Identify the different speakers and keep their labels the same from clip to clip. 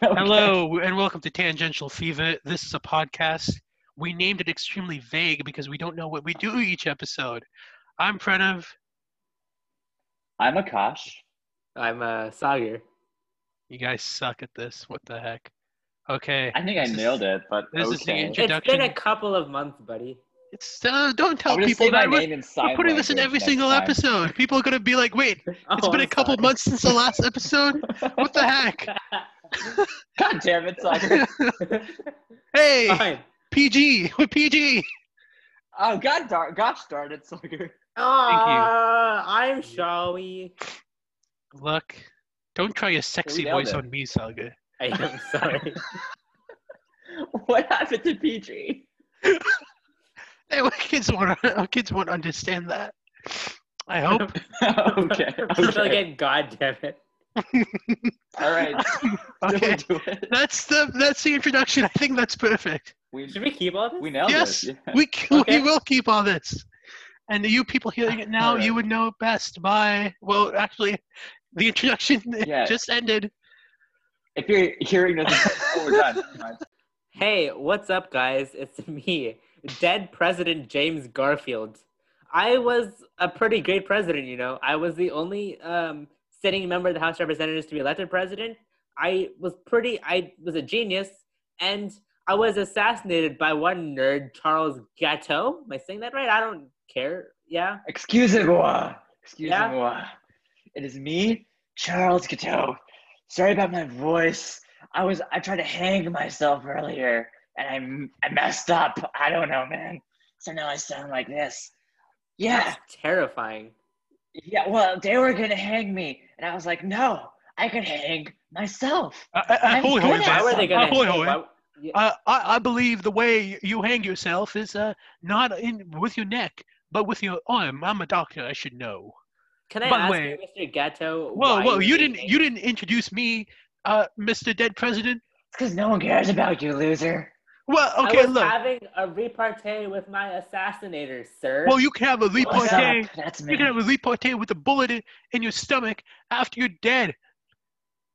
Speaker 1: Hello and welcome to Tangential Fever. This is a podcast. We named it extremely vague because we don't know what we do each episode. I'm Pranav.
Speaker 2: I'm Akash.
Speaker 3: I'm uh, Sagar.
Speaker 1: You guys suck at this. What the heck? Okay.
Speaker 2: I think I
Speaker 1: This is-
Speaker 2: nailed it, but
Speaker 1: this is the
Speaker 2: okay.
Speaker 1: intro-
Speaker 3: It's been
Speaker 1: Introduction.
Speaker 3: a couple of months, buddy.
Speaker 1: It's uh, don't tell
Speaker 2: I'm gonna
Speaker 1: people
Speaker 2: say my
Speaker 1: that we're,
Speaker 2: name in sign
Speaker 1: we're putting this in
Speaker 2: language
Speaker 1: every
Speaker 2: next
Speaker 1: single
Speaker 2: time.
Speaker 1: episode. People are gonna be like, "Wait, it's
Speaker 3: Oh,
Speaker 1: been a
Speaker 3: I'm
Speaker 1: couple
Speaker 3: sorry.
Speaker 1: months since the last episode. What the heck?
Speaker 2: God damn it, Sagar.
Speaker 1: hey,
Speaker 3: Fine.
Speaker 1: PG, we're PG.
Speaker 2: oh, God dar- gosh darn it, Sagar.
Speaker 3: Ah, I'm Shawi.
Speaker 1: Look, don't try your sexy
Speaker 2: nailed
Speaker 1: voice
Speaker 2: it.
Speaker 1: on me, Saga.
Speaker 3: I am sorry.
Speaker 2: What happened to PG?
Speaker 1: Hey, our kids won't. Our kids won't understand that. I hope.
Speaker 2: okay.
Speaker 3: I'm
Speaker 2: okay.
Speaker 3: still getting God damn it.
Speaker 2: All right.
Speaker 1: Okay,
Speaker 2: Don't do it.
Speaker 1: that's the that's the introduction. I think that's perfect.
Speaker 2: We,
Speaker 3: Should we keep all this?
Speaker 2: we nailed
Speaker 1: yes,
Speaker 2: this. Yeah.
Speaker 1: we c
Speaker 3: Okay.
Speaker 1: we will keep all this. And you people hearing it now,
Speaker 2: All right.
Speaker 1: you would know best by well, actually, the introduction
Speaker 2: Yeah.
Speaker 1: just ended.
Speaker 2: If you're hearing this, oh, we're done. Never mind.
Speaker 3: Hey, what's up, guys? It's me, dead President James Garfield. I was a pretty great president, you know. I was the only um, sitting member of the House of Representatives to be elected president. I was pretty, I was a genius, and I was assassinated by one nerd, Charles Gatto. Am I saying that right? I don't care. Yeah.
Speaker 2: Excusez-moi.
Speaker 3: Yeah?
Speaker 2: Excusez-moi. It is me, Charles Coteau. Sorry about my voice. I was I tried to hang myself earlier and I m- I messed up. I don't know, man. So now I sound like this. Yeah.
Speaker 3: That's terrifying.
Speaker 2: Yeah, well, they were going to hang me and I was like, "No, I can hang myself."
Speaker 1: Uh, uh,
Speaker 2: I'm
Speaker 1: hoy,
Speaker 2: good at
Speaker 1: hoy,
Speaker 3: Why
Speaker 1: man.
Speaker 3: were they going
Speaker 1: Uh, hoy, hoy.
Speaker 3: to?
Speaker 1: Uh, I, I believe the way you hang yourself is uh, not in with your neck, but with your arm. I'm a doctor. I should know.
Speaker 3: Can I
Speaker 1: by the
Speaker 3: ask
Speaker 1: way-
Speaker 3: you, Mr. Gatto?
Speaker 1: Whoa,
Speaker 3: why
Speaker 1: whoa!
Speaker 3: were
Speaker 1: You
Speaker 3: they
Speaker 1: didn't
Speaker 3: hanged?
Speaker 1: you didn't introduce me, uh, Mr. Dead President.
Speaker 2: It's cuz no one cares about you, loser.
Speaker 1: Well, okay,
Speaker 3: I was
Speaker 1: look.
Speaker 3: having a repartee with my assassinator, sir.
Speaker 1: Well, you can have a
Speaker 2: What's
Speaker 1: repartee.
Speaker 2: up? That's me.
Speaker 1: You can have a repartee with a bullet in, in your stomach after you're dead.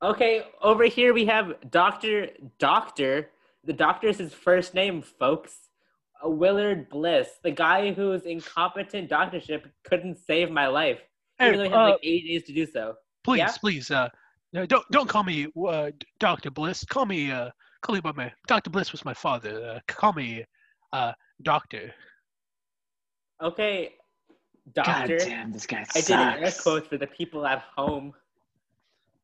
Speaker 3: okay, over here we have Doctor Doctor. The doctor is his first name, folks. Uh, Willard Bliss, the guy whose incompetent doctorship couldn't save my life,
Speaker 1: Hey,
Speaker 3: even though he had
Speaker 1: uh,
Speaker 3: like eight days to do so.
Speaker 1: please,
Speaker 3: yeah?
Speaker 1: please, uh, no, don't don't call me uh, Doctor Bliss. Call me uh, call me by my Doctor Bliss was my father. Uh, call me uh, Doctor.
Speaker 3: Okay,
Speaker 2: God
Speaker 3: Doctor.
Speaker 2: damn, this guy
Speaker 3: I
Speaker 2: sucks.
Speaker 3: did an air quote for the people at home.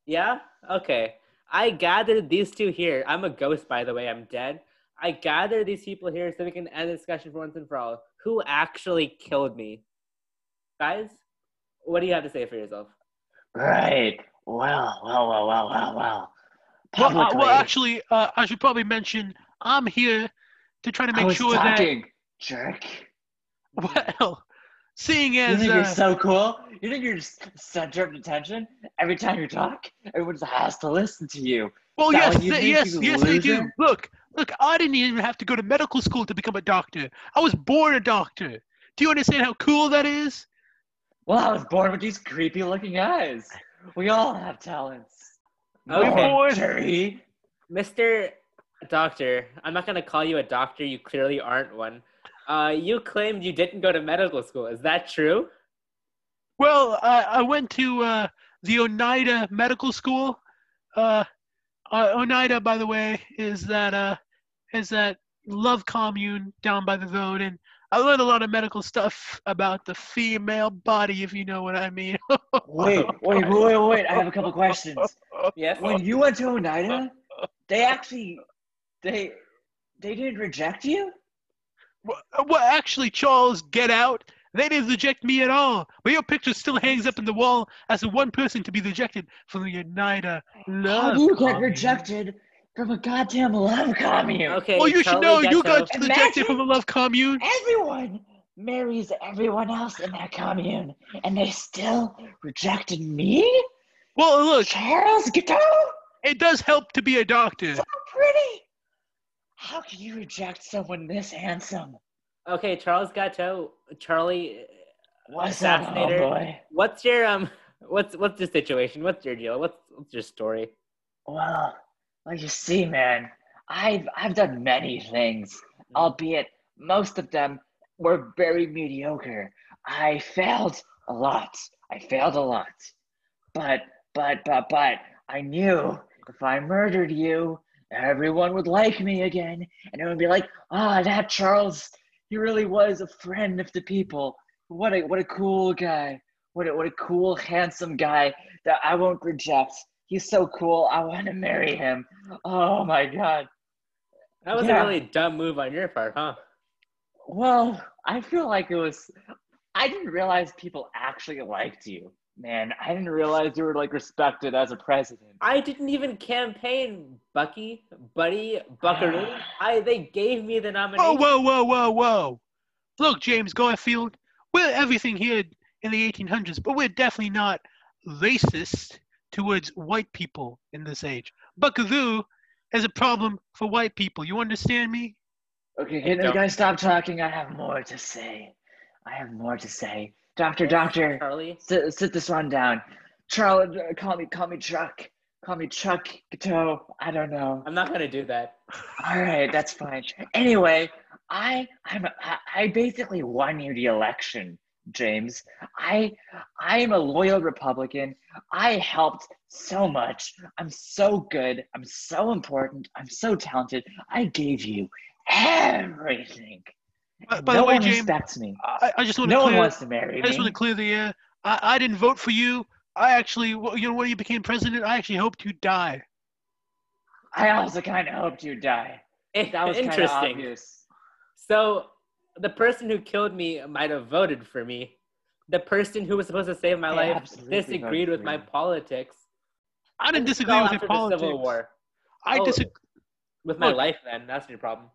Speaker 3: Yeah? Okay. I gathered these two here. I'm a ghost, by the way. I'm dead. I gathered these people here so we can end the discussion for once and for all. Who actually killed me? Guys, what do you have to say for yourself?
Speaker 2: Right. Well, well, well, well, well, well.
Speaker 1: Well, uh,
Speaker 2: Publicly,
Speaker 1: well, actually, uh, I should probably mention I'm here to try to
Speaker 2: I
Speaker 1: make
Speaker 2: was
Speaker 1: sure
Speaker 2: talking, jerk.
Speaker 1: that well, seeing
Speaker 2: You
Speaker 1: as
Speaker 2: think
Speaker 1: uh,
Speaker 2: you're so cool? You think you're s- center of attention? Every time you talk, everyone just has to listen to you.
Speaker 1: Well,
Speaker 2: Now,
Speaker 1: yes,
Speaker 2: you
Speaker 1: th-
Speaker 2: think
Speaker 1: yes,
Speaker 2: you
Speaker 1: yes, they do.
Speaker 2: loser?
Speaker 1: Look, look, I didn't even have to go to medical school to become a doctor. I was born a doctor. Do you understand how cool that is?
Speaker 2: Well, I was born with these creepy-looking eyes. We all have talents.
Speaker 1: Oh,
Speaker 3: Okay.
Speaker 2: No, Jerry.
Speaker 3: Mr. Doctor, I'm not going to call you a doctor. You clearly aren't one. Uh, you claimed you didn't go to medical school. Is that true?
Speaker 1: Well, I, I went to uh, the Oneida Medical School. Uh, uh, Oneida, by the way, is that uh, is that love commune down by the road, and I learned a lot of medical stuff about the female body, if you know what I mean.
Speaker 2: Wait, wait, wait, wait, wait. I have a couple questions.
Speaker 3: Yes.
Speaker 1: Oh,
Speaker 2: When you went to Oneida, they actually, they, they didn't reject you.
Speaker 1: Well, uh, well, actually, Charles, get out. They didn't reject me at all. But your picture still hangs up in the wall as the one person to be rejected from the Oneida Love.
Speaker 2: How do you get
Speaker 1: Commune.
Speaker 2: rejected from a goddamn love commune?
Speaker 3: Okay.
Speaker 1: Well, you should
Speaker 3: Charlie
Speaker 1: know you
Speaker 3: Gatto.
Speaker 1: got rejected from a love commune.
Speaker 2: Everyone marries everyone else in that commune, and they still rejected me?
Speaker 1: Well, look,
Speaker 2: Charles Gateau?
Speaker 1: it does help to be a doctor.
Speaker 2: So pretty! How can you reject someone this handsome?
Speaker 3: Okay, Charles Gatto, Charlie,
Speaker 2: What's up,
Speaker 3: Assassinator.
Speaker 2: homeboy?
Speaker 3: what's your um, what's what's the situation? What's your deal? What's what's your story?
Speaker 2: Well, Well, you see, man, I've I've done many things, albeit most of them were very mediocre. I failed a lot. I failed a lot. But but but but I knew if I murdered you, everyone would like me again, and it would be like, ah, that Charles, he really was a friend of the people. What a what a cool guy. What a what a cool, handsome guy that I won't reject. He's so cool. I want to marry him. Oh my god.
Speaker 3: That was
Speaker 2: Yeah.
Speaker 3: a really dumb move on your part, huh?
Speaker 2: Well, I feel like it was. I didn't realize people actually liked you, man. I didn't realize you were like respected as a president.
Speaker 3: I didn't even campaign, Bucky, Buddy, Buckaroo.
Speaker 2: Ah.
Speaker 3: I they gave me
Speaker 2: Oh,
Speaker 3: the
Speaker 1: Whoa,
Speaker 3: nomination.
Speaker 1: whoa, whoa, whoa, whoa. Look, James Garfield, we're everything here in the 1800s, but we're definitely not racist towards white people in this age. Buckaroo is a problem for white people. You understand me?
Speaker 2: Okay, can the
Speaker 3: don't-
Speaker 2: guy stop talking? I have more to say. I have more to say. Doctor, doctor,
Speaker 3: Charlie.
Speaker 2: sit, sit this one down. Charlie, uh, call me, call me Chuck. Call me Chuck Gateau. I don't know.
Speaker 3: I'm not gonna do that.
Speaker 2: All right, that's fine. Anyway, I I'm I- I basically won you the election, James. I I am a loyal Republican. I helped so much. I'm so good. I'm so important. I'm so talented. I gave you everything.
Speaker 1: By, Uh, by
Speaker 2: no
Speaker 1: the way,
Speaker 2: one
Speaker 1: James,
Speaker 2: respects me.
Speaker 1: I, I just want to
Speaker 2: No one
Speaker 1: clear,
Speaker 2: wants to marry
Speaker 1: I just want
Speaker 2: me.
Speaker 1: to clear the air. I, I didn't vote for you. I actually, well, you know, when you became president, I actually hoped you die.
Speaker 2: I also kind of hoped you'd die. That was kind of
Speaker 3: Interesting.
Speaker 2: obvious.
Speaker 3: So the person who killed me might have voted for me. The person who was supposed to save my
Speaker 2: They
Speaker 3: life
Speaker 2: absolutely
Speaker 3: disagreed
Speaker 2: voted
Speaker 3: with
Speaker 2: for
Speaker 3: my
Speaker 2: you.
Speaker 3: politics.
Speaker 1: I didn't
Speaker 3: This is
Speaker 1: disagree
Speaker 3: all
Speaker 1: with your
Speaker 3: after
Speaker 1: politics.
Speaker 3: The Civil War.
Speaker 1: I
Speaker 3: Oh.
Speaker 1: disagree.
Speaker 3: With my
Speaker 1: Look.
Speaker 3: life, then that's your problem.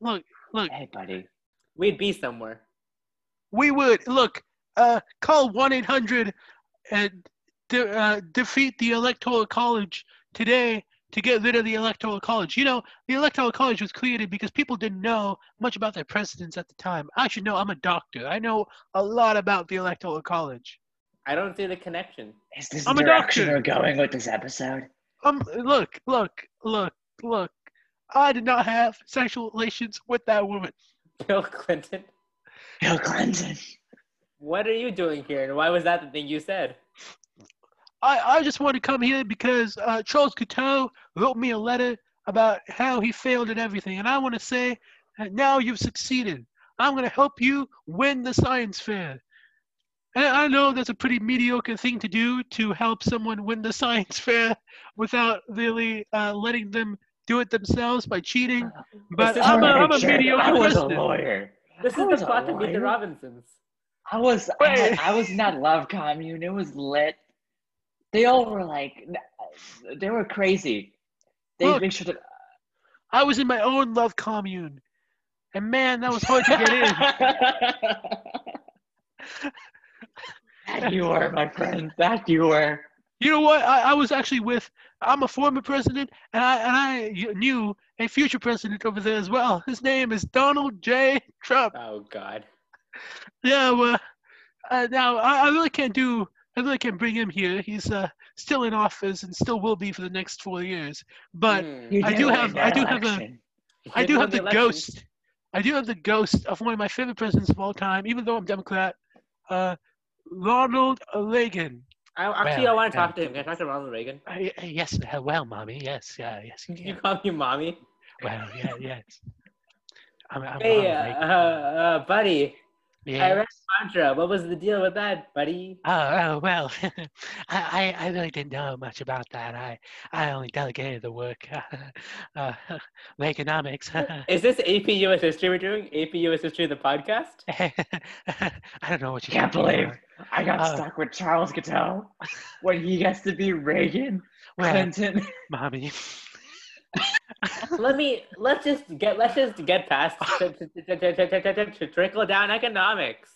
Speaker 1: Look, look,
Speaker 2: Hey, buddy.
Speaker 3: We'd be somewhere.
Speaker 1: We would look. Uh, call one eight hundred and de- uh, defeat the electoral college today to get rid of the electoral college. You know, the electoral college was created because people didn't know much about their presidents at the time. I should know. I'm a doctor. I know a lot about the electoral college.
Speaker 3: I don't see the connection.
Speaker 2: Is this
Speaker 1: I'm
Speaker 2: the
Speaker 1: a
Speaker 2: direction
Speaker 1: doctor.
Speaker 2: we're going with this episode?
Speaker 1: Um, look, look, look, look. I did not have sexual relations with that woman.
Speaker 3: Bill Clinton,
Speaker 2: Bill Clinton.
Speaker 3: what are you doing here, and why was that the thing you said?
Speaker 1: I, I just want to come here because uh, Charles Couteau wrote me a letter about how he failed at everything. And I want to say that now you've succeeded. I'm going to help you win the science fair. And I know that's a pretty mediocre thing to do to help someone win the science fair without really uh, letting them do it themselves by cheating.
Speaker 2: Uh,
Speaker 1: But
Speaker 3: This is
Speaker 1: I'm a,
Speaker 3: all
Speaker 1: I'm a
Speaker 2: Richard, I
Speaker 1: mediocre
Speaker 2: was a
Speaker 1: person.
Speaker 2: lawyer.
Speaker 3: This
Speaker 2: I
Speaker 3: is
Speaker 2: was a
Speaker 3: the plot to Meet the
Speaker 2: lawyer.
Speaker 3: Robinsons.
Speaker 2: I was I,
Speaker 1: Wait.
Speaker 2: I was not love commune. It was lit. They all were like, they were crazy. They
Speaker 1: Look.
Speaker 2: make sure that
Speaker 1: I was in my own love commune. And man, that was hard to get in.
Speaker 2: that you were, my friend. That you were.
Speaker 1: You know what? I, I was actually with. I'm a former president, and I and I y- knew a future president over there as well. His name is Donald J. Trump.
Speaker 3: Oh God.
Speaker 1: Yeah. Well, uh, now I, I really can't do. I really can't bring him here. He's uh, still in office and still will be for the next four years. But
Speaker 3: Hmm.
Speaker 2: You
Speaker 1: I
Speaker 2: did
Speaker 1: do
Speaker 2: win
Speaker 1: have-
Speaker 2: that
Speaker 1: I do have a-
Speaker 2: election.
Speaker 3: You
Speaker 1: I do
Speaker 3: won
Speaker 1: have the
Speaker 3: election.
Speaker 1: ghost. I do have the ghost of one of my favorite presidents of all time, even though I'm Democrat. Uh, Ronald Reagan.
Speaker 3: I, actually, I
Speaker 1: Well,
Speaker 3: want to
Speaker 1: yeah.
Speaker 3: talk to him. Can I talk to Ronald Reagan?
Speaker 1: Uh, y- uh, yes. Uh, well, mommy. Yes. Yeah. Yes. You
Speaker 3: You
Speaker 1: can.
Speaker 3: call me mommy.
Speaker 1: Well, yeah, yes. I'm, I'm
Speaker 3: Hey, uh,
Speaker 1: Ronald Reagan.
Speaker 3: uh, uh, buddy. I
Speaker 1: yeah.
Speaker 3: read Contra. What was the deal with that, buddy?
Speaker 1: Oh, oh well, I, I, I really didn't know much about that. I, I only delegated the work. uh, Reaganomics.
Speaker 3: Is this AP US History we're doing? AP US History, the podcast?
Speaker 1: I don't know what you
Speaker 2: Can't
Speaker 1: talking
Speaker 2: believe
Speaker 1: about.
Speaker 2: I got
Speaker 1: Uh,
Speaker 2: stuck with Charles Gateau when he gets to be Reagan,
Speaker 1: Well,
Speaker 2: Clinton.
Speaker 1: mommy.
Speaker 3: Let me, let's just get, let's just get past t- t- t- t- t- t- t- t- trickle down economics.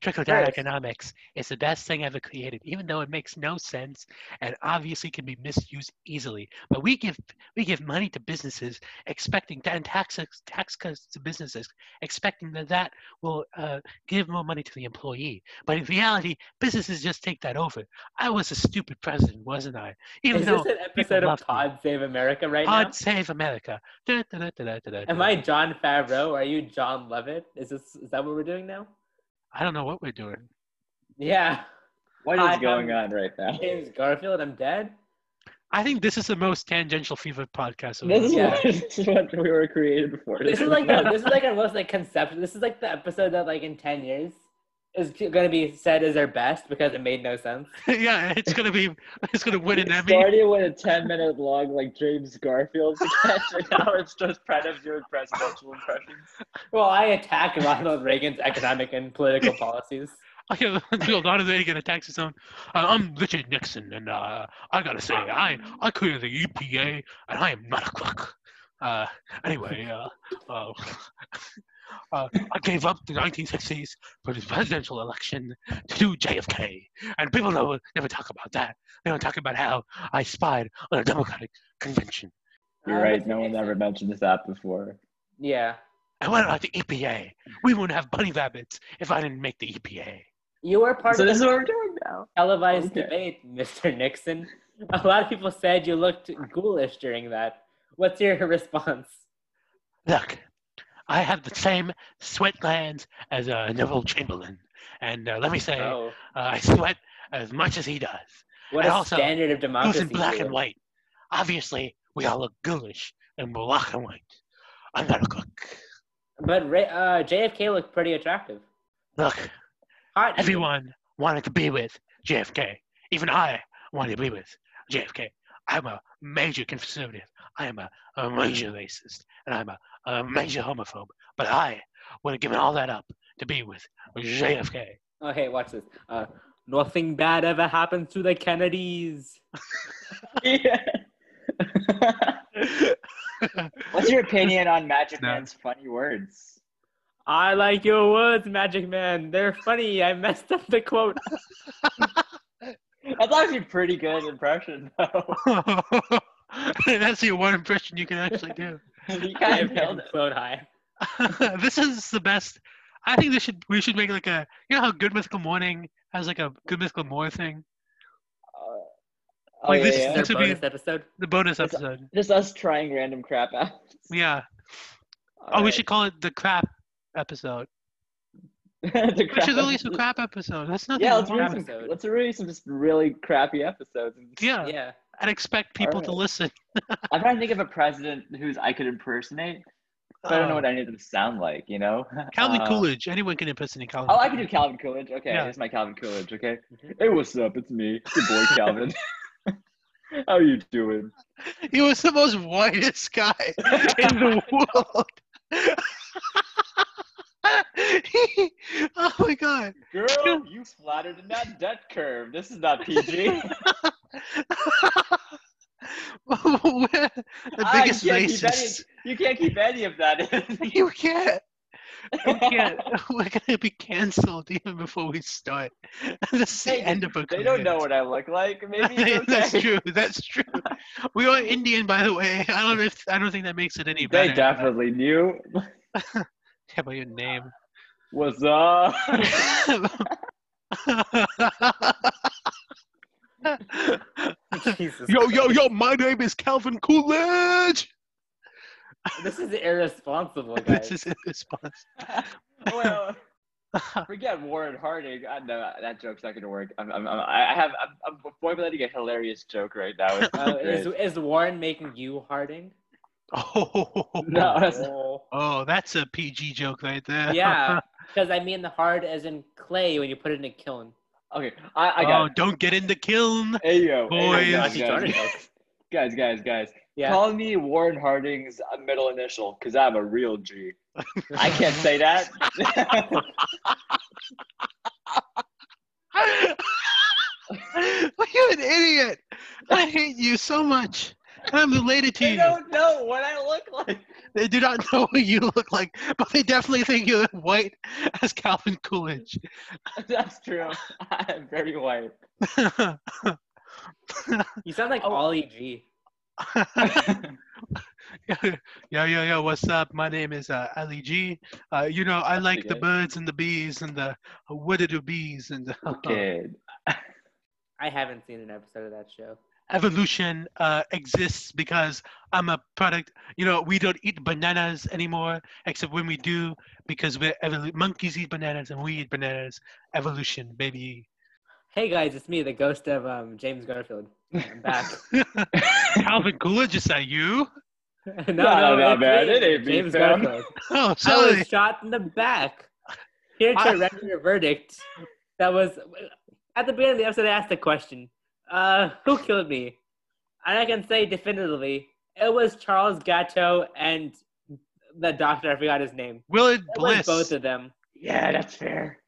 Speaker 1: Trickle down
Speaker 3: First.
Speaker 1: economics is the best thing ever created, even though it makes no sense and obviously can be misused easily. But we give we give money to businesses, expecting and taxes tax cuts to businesses, expecting that that will uh, give more money to the employee. But in reality, businesses just take that over. I was a stupid president, wasn't I? Even
Speaker 3: Is
Speaker 1: though
Speaker 3: this an episode
Speaker 1: love
Speaker 3: of
Speaker 1: me.
Speaker 3: Pod Save America right
Speaker 1: God
Speaker 3: now?
Speaker 1: save America. Da, da, da, da, da, da, da,
Speaker 3: Am
Speaker 1: da.
Speaker 3: I John Favreau? Are you John Levitt? Is this is that what we're doing now?
Speaker 1: I don't know what we're doing.
Speaker 3: Yeah.
Speaker 2: What
Speaker 3: I
Speaker 2: is going
Speaker 3: am-
Speaker 2: on right now?
Speaker 3: James Garfield, I'm dead.
Speaker 1: I think this is the most tangential fever podcast. I've
Speaker 2: This is,
Speaker 1: ever-
Speaker 3: Yeah.
Speaker 2: what, this is what we were created for.
Speaker 3: This is like the, this is like our most like conceptual. This is like the episode that like in ten years is going to be said as our best because it made no sense.
Speaker 1: yeah, it's gonna be. It's gonna win an
Speaker 2: We
Speaker 1: Emmy.
Speaker 2: started with a 10 minute long, like James Garfield sketch, and now it's just kind of doing presidential impressions.
Speaker 3: Well, I attack Ronald Reagan's economic and political policies.
Speaker 1: Okay, do a lot of that. Gonna tax his own. Uh, I'm Richard Nixon, and uh, I gotta say, I I created the EPA, and I am not a crook. Uh, anyway, uh, uh, uh, I gave up the 1960s for the presidential election to do JFK, and people never never talk about that. They don't talk about how I spied on a Democratic convention.
Speaker 2: You're
Speaker 3: Um,
Speaker 2: right,
Speaker 3: that's
Speaker 2: no one
Speaker 3: amazing.
Speaker 2: ever mentioned this app before.
Speaker 3: Yeah.
Speaker 1: And what about the EPA? We wouldn't have bunny rabbits if I didn't make the E EPA.
Speaker 3: You were part
Speaker 2: So
Speaker 3: of
Speaker 2: this
Speaker 3: the
Speaker 2: is what we're doing now.
Speaker 3: televised
Speaker 2: Okay.
Speaker 3: debate, Mr. Nixon. A lot of people said you looked ghoulish during that. What's your response?
Speaker 1: Look, I have the same sweat glands as uh, Neville Chamberlain, and uh, let me say, uh,
Speaker 3: Oh,
Speaker 1: I sweat as much as he does.
Speaker 3: what
Speaker 1: and
Speaker 3: a
Speaker 1: also,
Speaker 3: standard of
Speaker 1: Who's
Speaker 3: democracy.
Speaker 1: in black
Speaker 3: you.
Speaker 1: and white? Obviously, we all look ghoulish in black and white. I'm not a cook.
Speaker 3: But Ra- uh, JFK looked pretty attractive.
Speaker 1: Look,
Speaker 3: Hot. even.
Speaker 1: everyone wanted to be with JFK. Even I wanted to be with JFK. I'm a major conservative. I am a, a major racist, and I'm a, a major homophobe. But I would have given all that up to be with JFK.
Speaker 3: Oh, hey, watch this. Uh, nothing bad ever happens to the Kennedys.
Speaker 2: What's your opinion on Magic
Speaker 1: No.
Speaker 2: Man's funny words?
Speaker 3: I like your words, Magic Man. They're funny. I messed up the quote.
Speaker 2: That's actually a pretty good impression, though.
Speaker 1: That's the one impression you can actually do.
Speaker 2: you kind of nailed
Speaker 3: Goddamn
Speaker 2: it.
Speaker 3: quote high.
Speaker 1: this is the best. I think this should we should make like a you know how Good Mythical Morning has like a Good Mythical More thing.
Speaker 2: Oh,
Speaker 1: Like,
Speaker 2: yeah,
Speaker 1: this
Speaker 2: yeah.
Speaker 1: is This
Speaker 3: Their
Speaker 1: would be-
Speaker 3: bonus episode.
Speaker 1: The bonus
Speaker 2: It's-
Speaker 1: episode.
Speaker 2: Just us trying random crap out.
Speaker 1: Yeah. oh, we should call it the crap episode.
Speaker 2: the
Speaker 1: We
Speaker 2: crap.
Speaker 1: should release a crap episode. That's nothing.
Speaker 2: Yeah,
Speaker 1: wrong
Speaker 2: let's
Speaker 1: with
Speaker 2: release,
Speaker 1: it.
Speaker 2: some,
Speaker 3: episode.
Speaker 2: let's release some just really crappy episodes.
Speaker 1: yeah.
Speaker 3: Yeah.
Speaker 1: and expect people to
Speaker 2: Alright.
Speaker 1: listen.
Speaker 2: I'm trying to think of a president who's I could impersonate, but I don't know what any of them sound like. You know,
Speaker 1: Oh. Calvin
Speaker 2: Uh,
Speaker 1: Coolidge. Anyone can impersonate Calvin.
Speaker 2: Oh, I can do
Speaker 1: Coolidge.
Speaker 2: Calvin Coolidge. Okay,
Speaker 1: Yeah. Mm-hmm.
Speaker 2: here's my Calvin Coolidge. Okay,
Speaker 3: Mhm.
Speaker 2: hey, what's up? It's me, your boy Calvin. How you doing?
Speaker 1: He was the most whitest guy in the world. He- oh my god.
Speaker 2: Girl, you flattered in that debt curve. This is not PG.
Speaker 1: the
Speaker 2: I
Speaker 1: biggest
Speaker 2: can't keep
Speaker 1: racist.
Speaker 2: any, you can't keep any of that in.
Speaker 1: You can't. We can't. Oh We're gonna be canceled even before we start. this is the
Speaker 2: Hey,
Speaker 1: end of our
Speaker 2: they don't know
Speaker 1: careers.
Speaker 2: what I look like. Maybe it's
Speaker 1: That's
Speaker 2: okay.
Speaker 1: true. That's true. We are Indian, by the way. I don't. know If, I don't think that makes it any better.
Speaker 2: They definitely knew.
Speaker 1: How about your name?
Speaker 2: What's up?
Speaker 3: Jesus.
Speaker 1: yo, yo, yo! My name is Calvin Coolidge.
Speaker 3: This is irresponsible, guys.
Speaker 1: This is in response.
Speaker 2: well, forget Warren Harding. I know that joke's not gonna work. I'm, I'm, I'm I have, I'm, I'm formulating a hilarious joke right now. It's
Speaker 3: Uh,
Speaker 2: not
Speaker 3: is,
Speaker 2: great.
Speaker 3: is Warren making you Harding?
Speaker 1: Oh,
Speaker 2: No, that's
Speaker 3: Oh.
Speaker 1: oh, that's a PG joke right there.
Speaker 3: yeah, because I mean the hard as in clay when you put it in a kiln.
Speaker 2: okay. I, I
Speaker 1: oh,
Speaker 2: got.
Speaker 1: don't get in the kiln.
Speaker 2: it. Hey yo,
Speaker 1: boys.
Speaker 2: hey, yo, guys,
Speaker 3: Actually, Jordan
Speaker 2: guys,
Speaker 3: jokes.
Speaker 2: guys, guys, guys.
Speaker 3: Yeah.
Speaker 2: Call me Warren Harding's uh, middle initial, cause I'm a real G. I can't say that.
Speaker 1: You're an idiot. I hate you so much. I'm related to
Speaker 2: They
Speaker 1: you.
Speaker 2: don't know what I look like.
Speaker 1: They do not know what you look like, but they definitely think you look white as Calvin Coolidge.
Speaker 2: That's true. I'm very white.
Speaker 3: You sound like
Speaker 2: Oh.
Speaker 3: Ollie G.
Speaker 1: yo, yo, yo, what's up? My name is uh, Ali G. Uh, you know, I like the
Speaker 2: Okay.
Speaker 1: birds and the bees and the uh, what are the bees and the
Speaker 2: okay.
Speaker 3: I haven't seen an episode of that show.
Speaker 1: evolution uh, exists because I'm a product. You know, we don't eat bananas anymore, except when we do because we're evolu- monkeys eat bananas and we eat bananas. Evolution, baby.
Speaker 3: Hey guys, it's me, the ghost of um, James Garfield. I'm back.
Speaker 1: Calvin Coolidge, is that you?
Speaker 3: no,
Speaker 2: No, no,
Speaker 3: it's
Speaker 2: man,
Speaker 3: me,
Speaker 2: it ain't me,
Speaker 3: James
Speaker 2: fam.
Speaker 3: Garfield.
Speaker 1: Oh,
Speaker 3: I
Speaker 1: sorry.
Speaker 3: was shot in the back. Here to
Speaker 1: I-
Speaker 3: render your verdict. That was at the beginning of the episode. I asked the question, uh, "Who killed me?" And I can say definitively, it was Charles Gatto and the doctor. I forgot his name.
Speaker 1: Willard
Speaker 3: It was
Speaker 1: Bliss.
Speaker 3: both of them.
Speaker 2: Yeah, that's fair.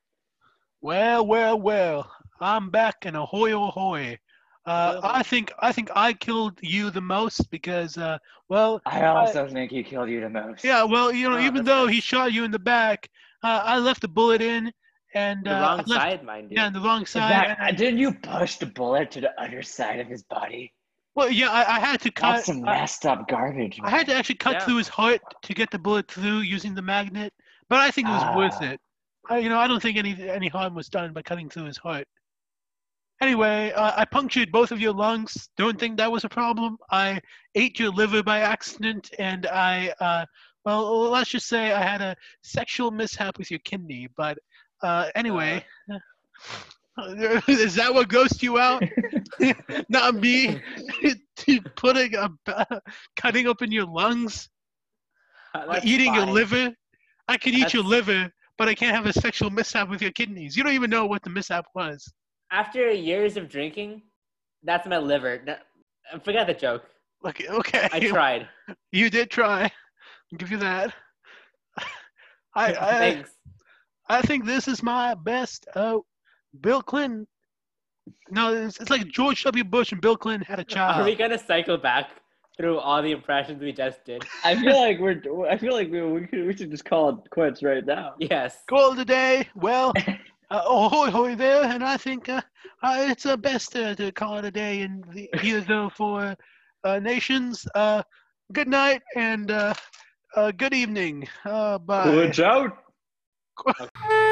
Speaker 1: Well, well, well. I'm back and ahoy, ahoy. Uh,
Speaker 3: Ahoy, ahoy.
Speaker 1: I think I think I killed you the most because, uh, well,
Speaker 2: I also think he killed you the most.
Speaker 1: yeah, well, you know,
Speaker 3: Oh,
Speaker 1: even
Speaker 3: that's
Speaker 1: though
Speaker 3: nice.
Speaker 1: he shot you in the back, uh, I left the bullet in, and
Speaker 3: The
Speaker 1: uh, I
Speaker 3: wrong
Speaker 1: left,
Speaker 3: side, mind you.
Speaker 1: yeah, on the wrong
Speaker 2: In
Speaker 1: side.
Speaker 2: fact,
Speaker 1: and I-
Speaker 2: didn't you push the bullet to the other side of his body?
Speaker 1: well, yeah, I, I had to
Speaker 2: That's
Speaker 1: cut.
Speaker 2: some
Speaker 1: I,
Speaker 2: messed up garbage.
Speaker 1: I had to actually cut
Speaker 3: Yeah.
Speaker 1: through his heart to get the bullet through using the magnet, but I think it was worth
Speaker 2: Ah.
Speaker 1: it. I, you know, I don't think any any harm was done by cutting through his heart. Anyway, uh, I punctured both of your lungs. Don't think that was a problem. I ate your liver by accident, and I, uh, well, let's just say I had a sexual mishap with your kidney. But uh, anyway, is that what ghosted you out? Not me. Putting a cutting open your lungs,
Speaker 3: Uh,
Speaker 1: or
Speaker 3: that's
Speaker 1: eating your
Speaker 3: fine.
Speaker 1: liver. I could eat your
Speaker 3: That's-
Speaker 1: liver, but I can't have a sexual mishap with your kidneys. You don't even know what the mishap was.
Speaker 3: After years of drinking, that's my liver. No, I forgot the joke.
Speaker 1: Okay, okay.
Speaker 3: I tried.
Speaker 1: You did try. I'll give you that. I I,
Speaker 3: Thanks.
Speaker 1: I think this is my best. Oh, Bill Clinton. No, it's, it's like George W. Bush and Bill Clinton had a
Speaker 3: Are we
Speaker 1: child.
Speaker 3: gonna cycle back through all the impressions we just did?
Speaker 2: I feel like we're. I feel like we we should, we should just call it quits right now.
Speaker 3: Yes.
Speaker 1: Goal today. Well, uh, ahoy, hoy there, and I think uh, uh, it's uh, best uh, to call it a day in the here though for uh, nations. Uh, good night and uh, uh, good evening. Uh, bye.
Speaker 2: out.
Speaker 3: Okay.